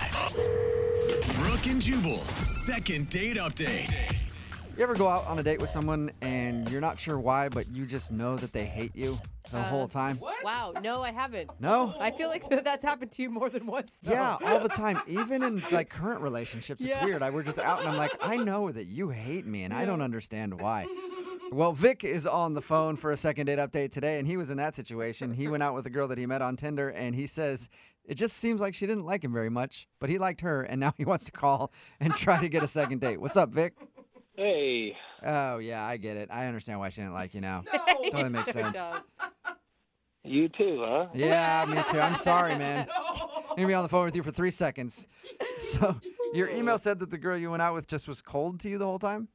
102.5. Brooke and Jubal's second date update. You ever go out on a date with someone and you're not sure why, but you just know that they hate you the whole time? Wow, no, I haven't. No? I feel like that- that's happened to you more than once. Though. Yeah, all the time. Even in like current relationships, it's Yeah. weird. I we're just out and I'm like, I know that you hate me and I don't understand why. Well, Vic is on the phone for a second date update today, and he was in that situation. He went out with a girl that he met on Tinder, and he says it just seems like she didn't like him very much, but he liked her, and now he wants to call and try to get a second date. What's up, Vic? Hey, Oh yeah, I get it. I understand why she didn't like you now. Totally makes So sense. dumb. you too, huh? Yeah, me too. I'm sorry, man. I'm gonna be on the phone with you for three seconds. So your email said that the girl you went out with just was cold to you the whole time.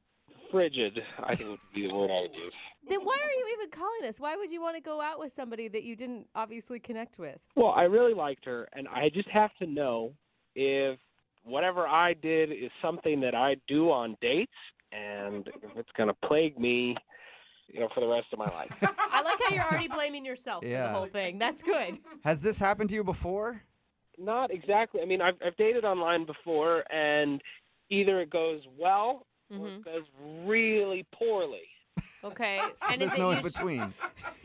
Frigid, I think would be the word I would use. Then why are you even calling us? Why would you want to go out with somebody that you didn't obviously connect with? Well, I really liked her, and I just have to know if whatever I did is something that I do on dates, and if it's going to plague me, you know, for the rest of my life. I like how you're already blaming yourself for Yeah. the whole thing. That's good. Has this happened to you before? Not exactly. I mean, I've, I've dated online before, and either it goes well or Mhm. it goes really poorly. Okay. and is There's it no in usu- between.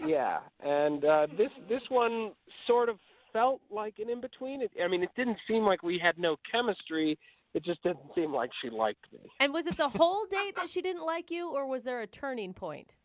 Yeah, and uh, this this one sort of felt like an in between. I mean, it didn't seem like we had no chemistry. It just didn't seem like she liked me. And was it the whole date that she didn't like you, or was there a turning point?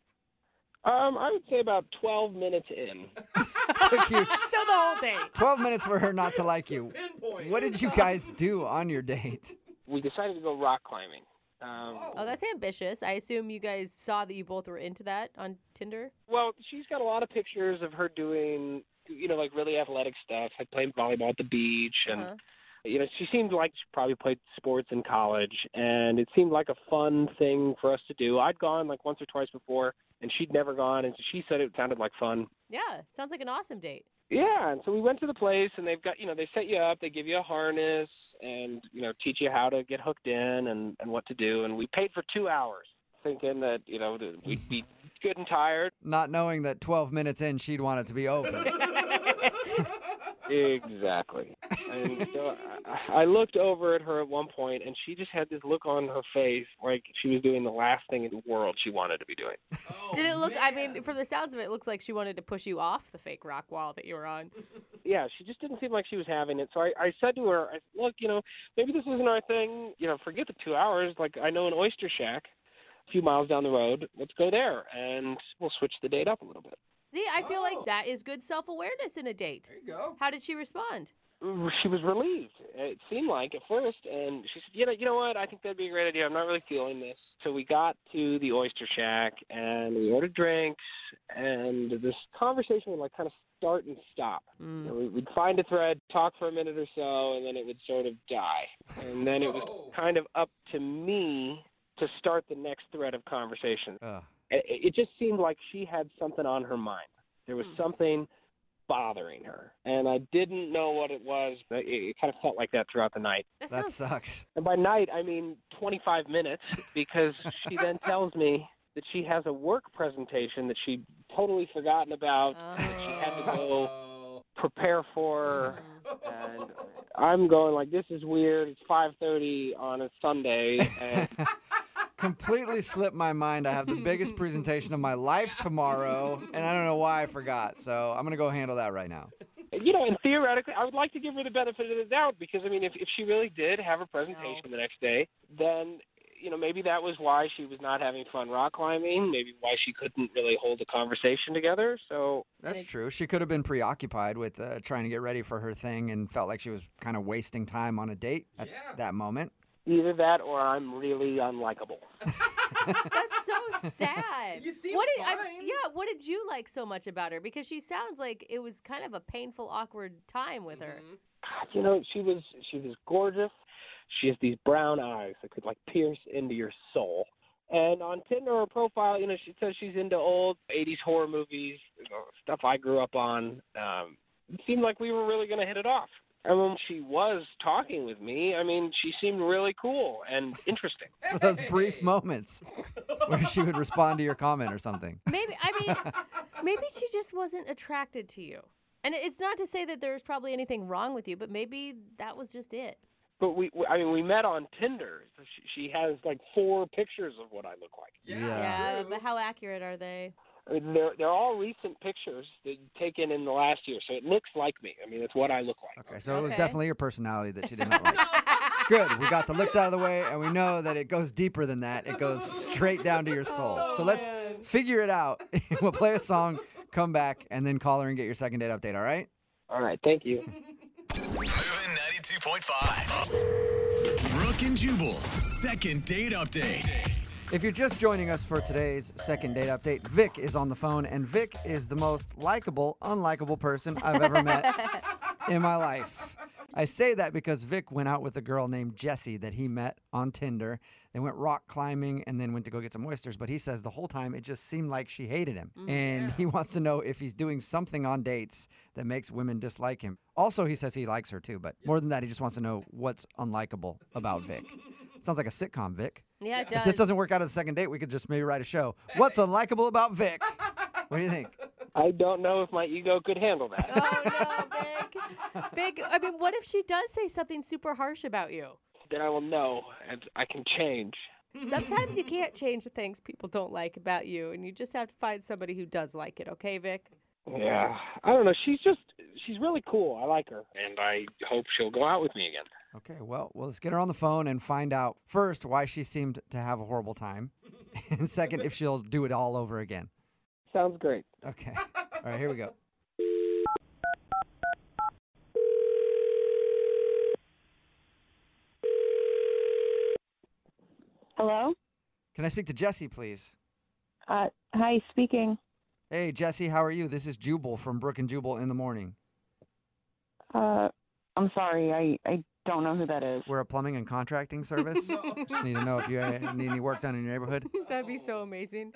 Um, I would say about twelve minutes in. Took you So the whole date. 12 minutes for her not to like you. What did you guys do on your date? We decided to go rock climbing. Um, Oh, that's ambitious. I assume you guys saw that you both were into that on Tinder. Well, she's got a lot of pictures of her doing, you know, like really athletic stuff, like playing volleyball at the beach, and Uh-huh. you know, she seemed like she probably played sports in college, and it seemed like a fun thing for us to do. I'd gone like once or twice before, and she'd never gone, and she said it sounded like fun. Yeah, sounds like an awesome date. Yeah, and so we went to the place, and they've got you know they set you up, they give you a harness, and you know teach you how to get hooked in and and what to do, and we paid for two hours, thinking that you know that we'd be good and tired. Not knowing that 12 minutes in, she'd want it to be over. Exactly. And so I, I looked over at her at one point, and she just had this look on her face like she was doing the last thing in the world she wanted to be doing. Did it look? I mean, from the sounds of it, it looks like she wanted to push you off the fake rock wall that you were on. Yeah, she just didn't seem like she was having it. So I, I said to her, I, "Look, you know, maybe this isn't our thing. You know, forget the two hours. Like I know an oyster shack." A few miles down the road, let's go there, and we'll switch the date up a little bit. See, I feel like that is good self awareness in a date. Oh. There you go. How did she respond? She was relieved. It seemed like at first, and she said, "You know, you know what? I think that'd be a great idea. I'm not really feeling this." So we got to the oyster shack, and we ordered drinks, and this conversation would like kind of start and stop. Hmm. Mm. You know, we- We'd find a thread, talk for a minute or so, and then it would sort of die. And then it was kind of up to me to start the next thread of conversation. Ugh. It- It just seemed like she had something on her mind. There was something bothering her, and I didn't know what it was. But it, it kind of felt like that throughout the night. That, that sounds- sucks. And by night, I mean 25 minutes, because she then tells me that she has a work presentation that she totally forgotten about. that She had to go prepare for, and I'm going like, this is weird. It's 5:30 on a Sunday, and completely slipped my mind. I have the biggest presentation of my life tomorrow, and I don't know why I forgot. So I'm gonna go handle that right now. you know, and theoretically, I would like to give her the benefit of the doubt because I mean, if if she really did have a presentation the next day, then you know maybe that was why she was not having fun rock climbing. Maybe why she couldn't really hold a conversation together. So That's Good. true. She could have been preoccupied with uh, trying to get ready for her thing and felt like she was kind of wasting time on a date at that moment. either that or I'm really unlikable. That's so sad. you seem what did, I- yeah. What did you like so much about her? Because she sounds like it was kind of a painful, awkward time with her. You know, she was she was gorgeous. She has these brown eyes that could like pierce into your soul. And on Tinder, her profile, you know, she says she's into old '80s horror movies, you know, stuff I grew up on. Um, it seemed like we were really going to hit it off. And when she was talking with me, I mean, she seemed really cool and interesting. For those brief moments where she would respond to your comment or something. Maybe I mean, maybe she just wasn't attracted to you. And it- it's not to say that there's probably anything wrong with you, but maybe that was just it. But we, we- I mean, we met on Tinder. So she, she has like four pictures of what I look like. Yeah, true. but how accurate are they? I mean, they're they're all recent pictures that taken in the last year, so it looks like me. I mean, it's what I look like. Okay, so it was Okay. definitely your personality that she did not like. Good, we got the looks out of the way, and we know that it goes deeper than that. It goes straight down to your soul. so let's figure it out. we'll play a song, come back, and then call her and get your second date update. All right? All right, thank you. Moving 92.5. Brooke and Jubal's second date update. If you're just joining us for today's second date update, Vic is on the phone, and Vic is the most likable, unlikable person I've ever met in my life. I say that because Vic went out with a girl named Jessie that he met on Tinder. They went rock climbing and then went to go get some oysters, but he says the whole time it just seemed like she hated him. and he wants to know if he's doing something on dates that makes women dislike him. Also, he says he likes her too, but more than that, he just wants to know what's unlikable about Vic. Sounds like a sitcom, Vic. Yeah, it If this does. doesn't work out as a second date, we could just maybe write a show. What's unlikable about Vic? What do you think? I don't know if my ego could handle that. oh no, big, big. I mean, what if she does say something super harsh about you? then I will know, and I can change. Sometimes you can't change the things people don't like about you, and you just have to find somebody who does like it. Okay, Vic. Yeah, I don't know. She's just she's really cool. I like her, and I hope she'll go out with me again. Okay, well, well, let's get her on the phone and find out first why she seemed to have a horrible time, and second if she'll do it all over again. Sounds great. Okay. All right, here we go. Hello. Can I speak to Jesse, please? Uh, hi, speaking. Hey, Jesse, how are you? This is Jubal from Brook and Jubal in the morning. Uh, I'm sorry. I I don't know who that is. We're a plumbing and contracting service. Just need to know if you uh, need any work done in your neighborhood. That'd be so amazing.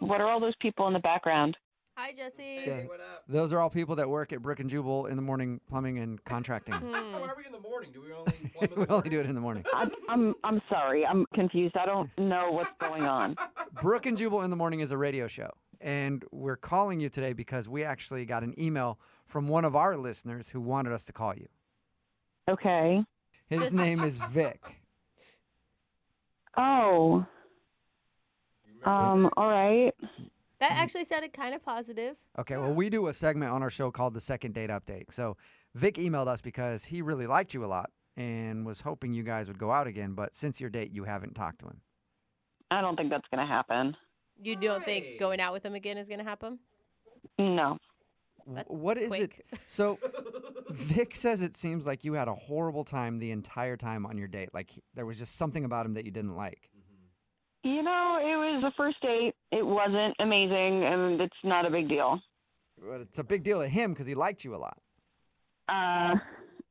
What are all those people in the background? Hi, Jesse. Yeah. What up? Those are all people that work at Brook and Jubal in the morning, plumbing and contracting. Why Hmm. are we in the morning? Do we only plumb in we only the morning? do it in the morning. I, I'm I'm sorry. I'm confused. I don't know what's going on. Brooke and Jubal in the Morning is a radio show. And we're calling you today because we actually got an email from one of our listeners who wanted us to call you. Okay. His name is Vic. Oh. Um. All right. That actually sounded kind of positive. Okay, well, we do a segment on our show called The Second Date Update. So Vic emailed us because he really liked you a lot and was hoping you guys would go out again. But since your date, you haven't talked to him. I don't think that's gonna happen. You don't think going out with him again is gonna happen? No. W- That's what is quick. it? So Vic says it seems like you had a horrible time the entire time on your date. Like he- there was just something about him that you didn't like. You know, it was the first date. It wasn't amazing, and it's not a big deal. But it's a big deal to him because he liked you a lot. Uh.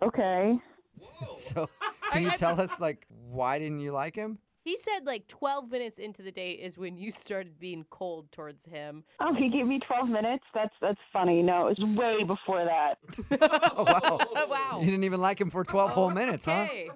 Okay. So, can you tell us like why didn't you like him? He said like 12 minutes into the date is when you started being cold towards him. Oh, he gave me 12 minutes. That's that's funny. No, it was way before that. Oh wow! wow. You didn't even like him for 12 whole minutes, huh? Oh, Okay.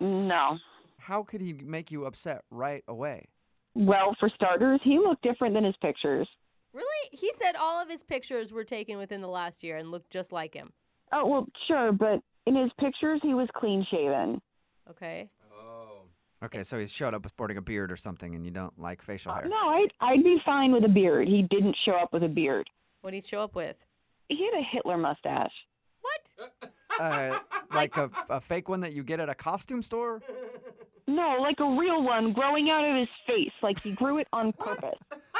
No. How could he make you upset right away? Well, for starters, he looked different than his pictures. Really? He said all of his pictures were taken within the last year and looked just like him. Oh, well, sure, but in his pictures, he was clean shaven. Okay. Oh. Okay, so he showed up sporting a beard or something, and you don't like facial Uh, hair. No, I'd, I'd be fine with a beard. He didn't show up with a beard. What did he show up with? He had a Hitler mustache. What? Uh, like a, a fake one that you get at a costume store. No, like a real one growing out of his face. Like he grew it on purpose.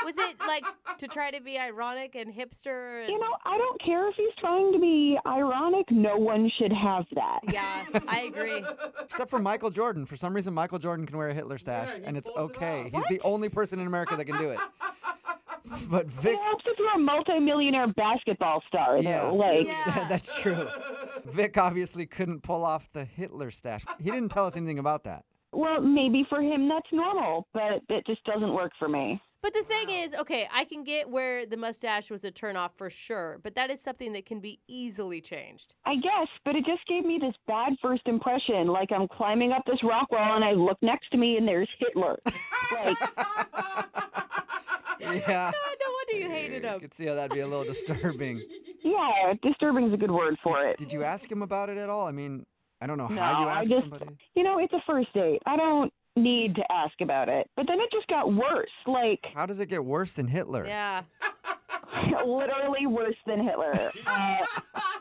Was it like to try to be ironic and hipster? And... You know, I don't care if he's trying to be ironic. No one should have that. Yeah, I agree. Except for Michael Jordan. For some reason, Michael Jordan can wear a Hitler stash, he and it's pulls it okay. off. He's the only person in America that can do it. But Vic It helps if you're a multimillionaire basketball star, though. Yeah. Like, Yeah. That's true. Vic obviously couldn't pull off the Hitler stash. He didn't tell us anything about that. well, maybe for him that's normal, but it just doesn't work for me. But the thing is, okay, I can get where the mustache was a turnoff for sure, but that is something that can be easily changed. I guess, but it just gave me this bad first impression. Like I'm climbing up this rock wall and I look next to me and there's Hitler. like, Yeah. Ah, no wonder you hated I him. could see how that'd be a little disturbing. Yeah, disturbing is a good word for it. Did you ask him about it at all? I mean, I don't know how you No, I ask just- somebody. You know, it's a first date. I don't need to ask about it. But then it just got worse. Like How does it get worse than Hitler? Yeah. literally worse than Hitler. Uh,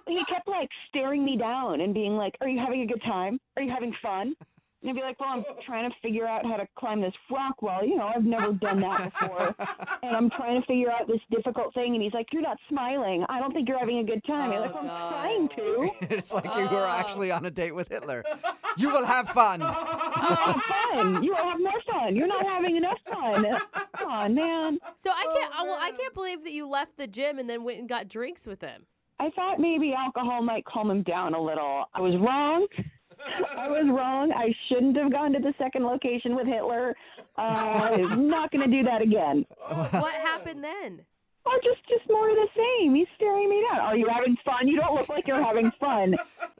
he kept like staring me down and being like, "Are you having a good time? Are you having fun?" And I'd be like, "Well, I'm trying to figure out how to climb this rock wall. You know, I've never done that before, and I'm trying to figure out this difficult thing." And he's like, "You're not smiling. I don't think you're having a good time." I'm Oh, like, well, God. "I'm trying to." it's like you were Oh. actually on a date with Hitler. You will have fun. You will have fun. You will have more fun. You're not having enough fun. Come on, man. So I can't. I- well, I can't believe that you left the gym and then went and got drinks with him. I thought maybe alcohol might calm him down a little. I was wrong. I was wrong. I shouldn't have gone to the second location with Hitler. Uh, I'm not going to do that again. What happened then? Or just, just more of the same. He's staring me down. Are you having fun? You don't look like you're having fun.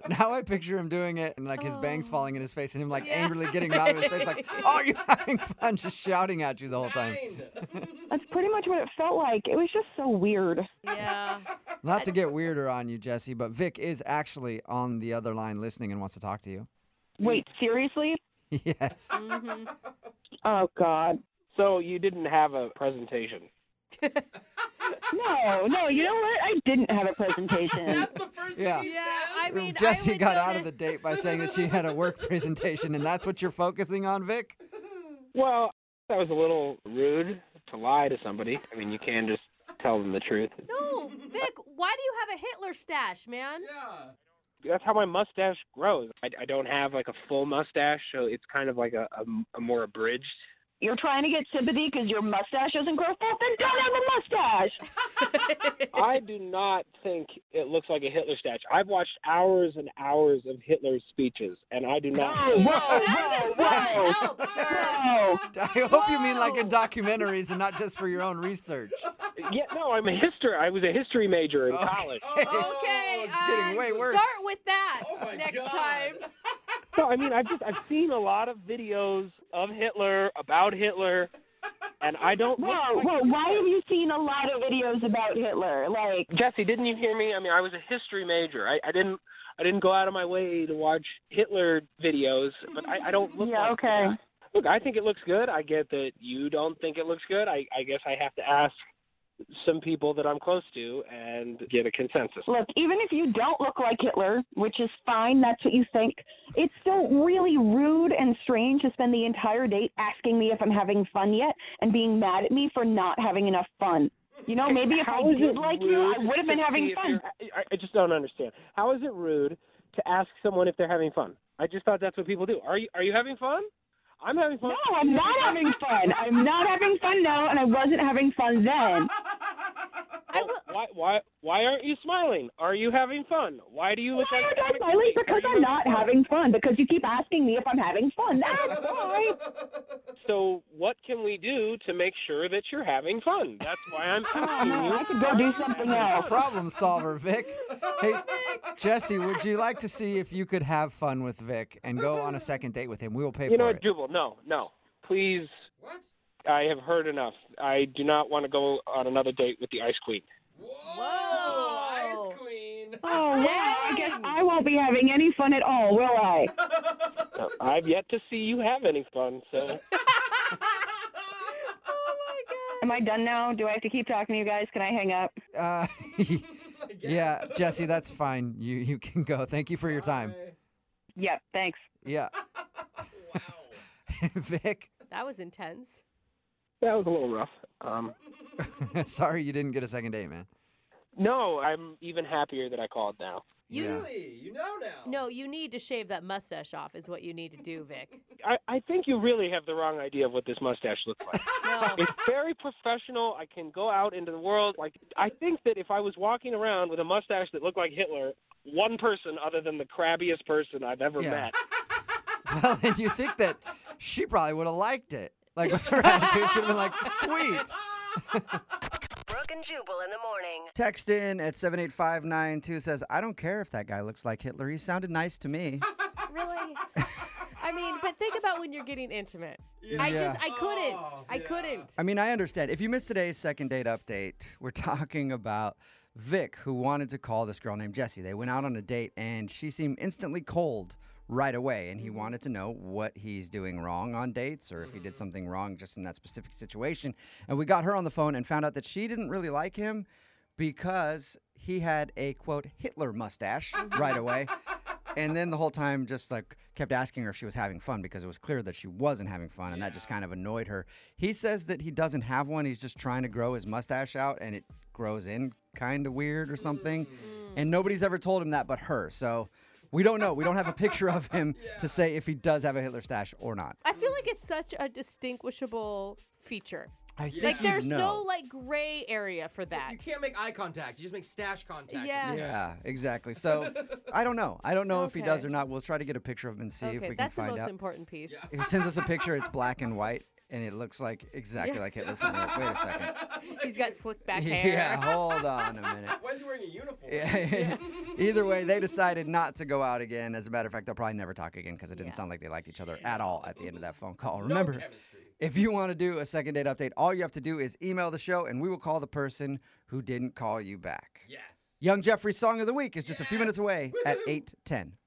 Now I picture him doing it and like his bangs falling in his face and him like Oh. Yeah. angrily getting out of his face like, "Oh, you're having fun," just shouting at you the whole time. That's pretty much what it felt like. It was just so weird. Yeah. Not to get weirder on you, Jesse, but Vic is actually on the other line listening and wants to talk to you. Wait, seriously? yes. hmm Oh, God. So you didn't have a presentation. No, no, you know what? I didn't have a presentation. Yeah. Yeah. I mean, I Jesse would got go out to- of the date by saying that she had a work presentation, and that's what you're focusing on, Vic. Well, that was a little rude to lie to somebody. I mean, you can just tell them the truth. No, Vic. Why do you have a Hitler stash, man? That's how my mustache grows. I, I don't have like a full mustache, so it's kind of like a, a, a more abridged. You're trying to get sympathy because your mustache doesn't grow full? Then don't have a mustache. I do not think it looks like a Hitler statue. I've watched hours and hours of Hitler's speeches, and I do not. Oh, That does not help, sir. Oh, I hope you mean like in documentaries and not just for your own research. Yeah, no, I'm a history. I was a history major in Okay. college. Okay. Oh, it's getting uh, way worse. Oh Start with that next time. No, I mean I've just I've seen a lot of videos of Hitler about Hitler, and I don't. look whoa, like- whoa! Why have you seen a lot of videos about Hitler? Like, Jesse, didn't you hear me? I mean, I was a history major. I, I didn't. I didn't go out of my way to watch Hitler videos, but I, I don't look yeah, like okay. Look, I think it looks good. I get that you don't think it looks good. I, I guess I have to ask some people that I'm close to and get a consensus. Look, even if you don't look like Hitler, which is fine, that's what you think. It's still really rude and strange to spend the entire date asking me if I'm having fun yet and being mad at me for not having enough fun. You know, maybe if I How is did it like you, I rude would have to been see having if fun. you're- I, I just don't understand. How is it rude to ask someone if they're having fun? I just thought that's what people do. Are you Are you having fun? I'm having fun. No, I'm not having fun. I'm not having fun now, and I wasn't having fun then. I will. Why Why Why aren't you smiling? Are you having fun? Why do you look Why like? aren't I smiling? Because I'm not having fun. Because you keep asking me if I'm having fun. That's why. So what can we do to make sure that you're having fun? That's why I'm asking no, you. I could go are do you something having else. fun? Problem solver, Vic. Hey, Jesse, would you like to see if you could have fun with Vic and go on a second date with him? We will pay You for know it. what, Jubal? No, no. Please. What? I have heard enough. I do not want to go on another date with the Ice Queen. Whoa. Oh, well, I guess Dang. I won't be having any fun at all, will I? Uh, I've yet to see you have any fun, so Oh my god. Am I done now? Do I have to keep talking to you guys? Can I hang up? Uh, yeah, Jesse, that's fine. You you can go. Thank you for your time. Yep, thanks. Yeah. Vic, That was intense. that was a little rough. Um, sorry you didn't get a second date, man. no, I'm even happier that I called now. You Yeah. no, you need to shave that mustache off is what you need to do, Vic. I, I think you really have the wrong idea of what this mustache looks like. No. it's very professional. I can go out into the world. Like I think that if I was walking around with a mustache that looked like Hitler, one person other than the crabbiest person I've ever Yeah. met. Well, and you think that she probably would have liked it. Like with her attitude, she'd have been like, sweet. Brooke and Jubal in the morning. Text in at 78592 says, I don't care if that guy looks like Hitler. He sounded nice to me. really? I mean, but think about when you're getting intimate. I Yeah. Oh, just, I couldn't. I couldn't. I mean, I understand. If you missed today's second date update, we're talking about Vic, who wanted to call this girl named Jessie. They went out on a date, and she seemed instantly cold right away. And he wanted to know what he's doing wrong on dates or if he did something wrong just in that specific situation. And we got her on the phone and found out that she didn't really like him because he had a quote Hitler mustache right away. And then the whole time, just like kept asking her if she was having fun because it was clear that she wasn't having fun, and that just kind of annoyed her. He says that he doesn't have one; he's just trying to grow his mustache out, and it grows in kind of weird or something. Mm-hmm. And nobody's ever told him that but her. So we don't know. We don't have a picture of him to say if he does have a Hitler stash or not. I feel like it's such a distinguishable feature. I think Like, you'd there's no know. like gray area for that. You can't make eye contact. You just make stash contact. Yeah. Yeah, exactly. So I don't know. I don't know if he does Okay. or not. We'll try to get a picture of him and see if Okay, we can that's the find most out. important piece. If he sends us a picture, it's black and white, and it looks like exactly Yeah. like Hitler from the Wait a second. He's got slick back hair. yeah, hold on a minute. Why is he wearing a uniform? Yeah. Either way, they decided not to go out again. As a matter of fact, they'll probably never talk again because it didn't Yeah. sound like they liked each other at all at the end of that phone call. No Remember, chemistry. if you want to do a second date update, all you have to do is email the show, and we will call the person who didn't call you back. Yes. Young Jeffrey's song of the week is just a few minutes away at Woohoo. eight ten.